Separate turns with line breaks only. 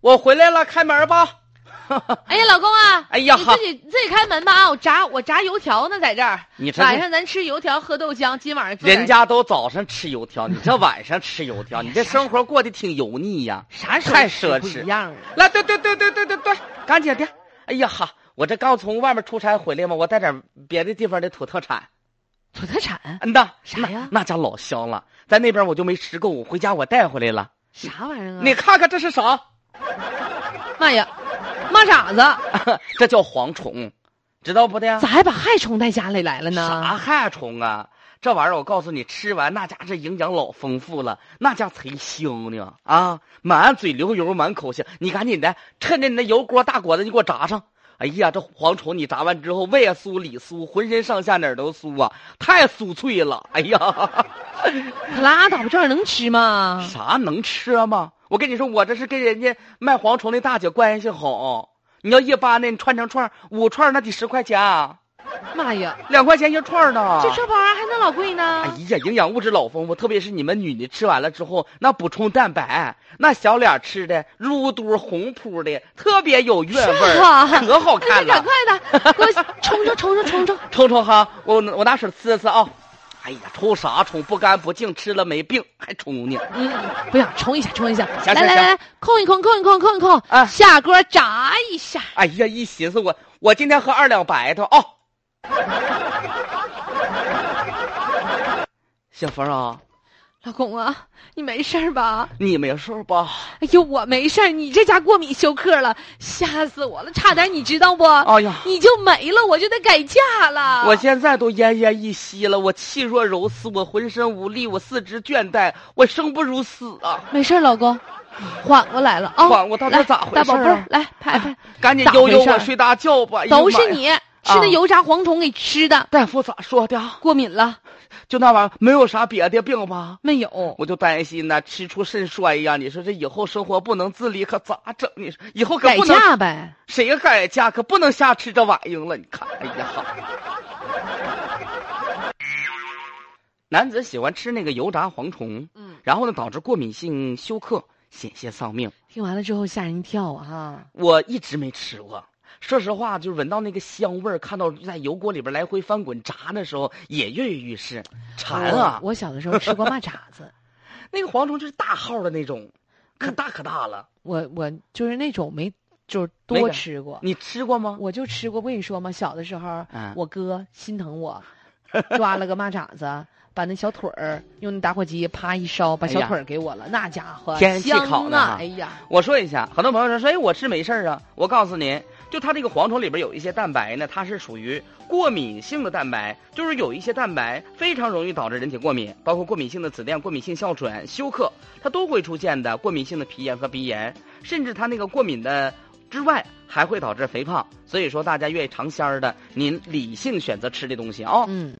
我回来了，开门吧。
哎呀，老公啊，
哎呀
你自己自己开门吧啊！我炸我炸油条呢，在这儿。
你这
晚上咱吃油条，喝豆浆。今晚上自个儿
人家都早上吃油条，你这晚上吃油条，你这生活过得挺油腻呀。
啥时候
太奢侈
不一样了。
来，对对对对对对对，赶紧的。哎呀哈，我这刚从外面出差回来嘛，我带点别的地方的土特产。
土特产
嗯呐，
啥呀
那那家老香了，在那边我就没吃够，我回家我带回来了。
啥玩意儿啊？
你看看这是啥？
妈呀，蚂蚱子，
这叫蝗虫，知道不的呀
咋？还把害虫带家里来了呢？
啥害虫啊？这玩意儿我告诉你，吃完那家这营养老丰富了，那家才香呢啊！满嘴流油，满口香。你赶紧的，趁着你那油锅大锅子，你给我炸上。哎呀，这蝗虫你炸完之后，胃酥里酥，浑身上下哪儿都酥啊，太酥脆了。哎呀，
可拉倒吧，这玩意儿能吃吗？
啥能吃吗？我跟你说，我这是跟人家卖蝗虫的大姐关系好。你要一般的，你串成串儿，五串儿那得十块钱啊，
妈呀，
两块钱一串儿呢。
这这玩意儿还能老贵呢？
啊哎呀，营养物质老丰富，特别是你们女的吃完了之后，那补充蛋白，那小脸吃的撸嘟红扑的，特别有韵味
是
儿，
啊
可好
那
看
你赶
了
快。 的，给我冲冲冲冲冲冲！
冲冲哈，我我拿水呲呲啊。哎呀，冲啥冲？不干不净，吃了没病还冲呢？
嗯，不要冲一下冲一下，
行
来来
行
来，控一控控一控控一控，
啊
下锅炸一下。
哎呀，一寻思我我今天喝二两白的啊。 小芳啊，
老公啊，你没事儿吧？
你没事吧？
哎呦，我没事儿，你这家过敏休克了，吓死我了，差点你知道不？
哎呀，
你就没了，我就得改嫁了。
我现在都奄奄一息了，我气若游丝，我浑身无力，我四肢倦怠，我生不如死啊！
没事儿，老公，缓过来了啊。
缓过到底
来
咋回
大宝
事儿
贝儿
啊，
来拍拍，
赶紧
咋
悠悠
回事
我
儿
睡大觉吧。哎呦
都
妈
是
呀！啊
你吃那油炸蝗虫给吃的，
大夫咋说的？
过敏了
就那玩意儿，没有啥别的病吧？
没有？
我就担心呐，吃出肾衰呀！你说这以后生活不能自理，可咋整？你说以后可
改
不能
嫁呗。
谁改嫁，可不能瞎吃这玩意儿了。你看，哎呀，男子喜欢吃那个油炸蝗虫，
嗯，
然后呢导致过敏性休克，险些丧命。
听完了之后吓人一跳啊！
我一直没吃过。说实话，就闻到那个香味儿，看到在油锅里边来回翻滚炸的时候，也跃跃欲试。馋啊！
我我小的时候吃过蚂蚱子，
那个蝗虫就是大号的那种，可大可大了。
我我就是那种没就是
没
多
敢嗯
吃过，
你吃过吗？
我就吃过。不跟你说吗？小的时候
嗯，
我哥心疼我，抓了个蚂蚱子，把那小腿儿用那打火机啪一烧，把
哎
小
呀
腿儿给我了。那家伙
天气
香
烤的
啊
哈！
哎呀，
我说一下，很多朋友说说，哎，我吃没事儿啊。我告诉您，就它这个蝗虫里边有一些蛋白呢，它是属于过敏性的蛋白，就是有一些蛋白非常容易导致人体过敏，包括过敏性的紫癜、过敏性哮喘、休克，它都会出现的。过敏性的皮炎和鼻炎，甚至它那个过敏的之外，还会导致肥胖。所以说，大家愿意尝鲜儿的，您理性选择吃的东西啊、
嗯，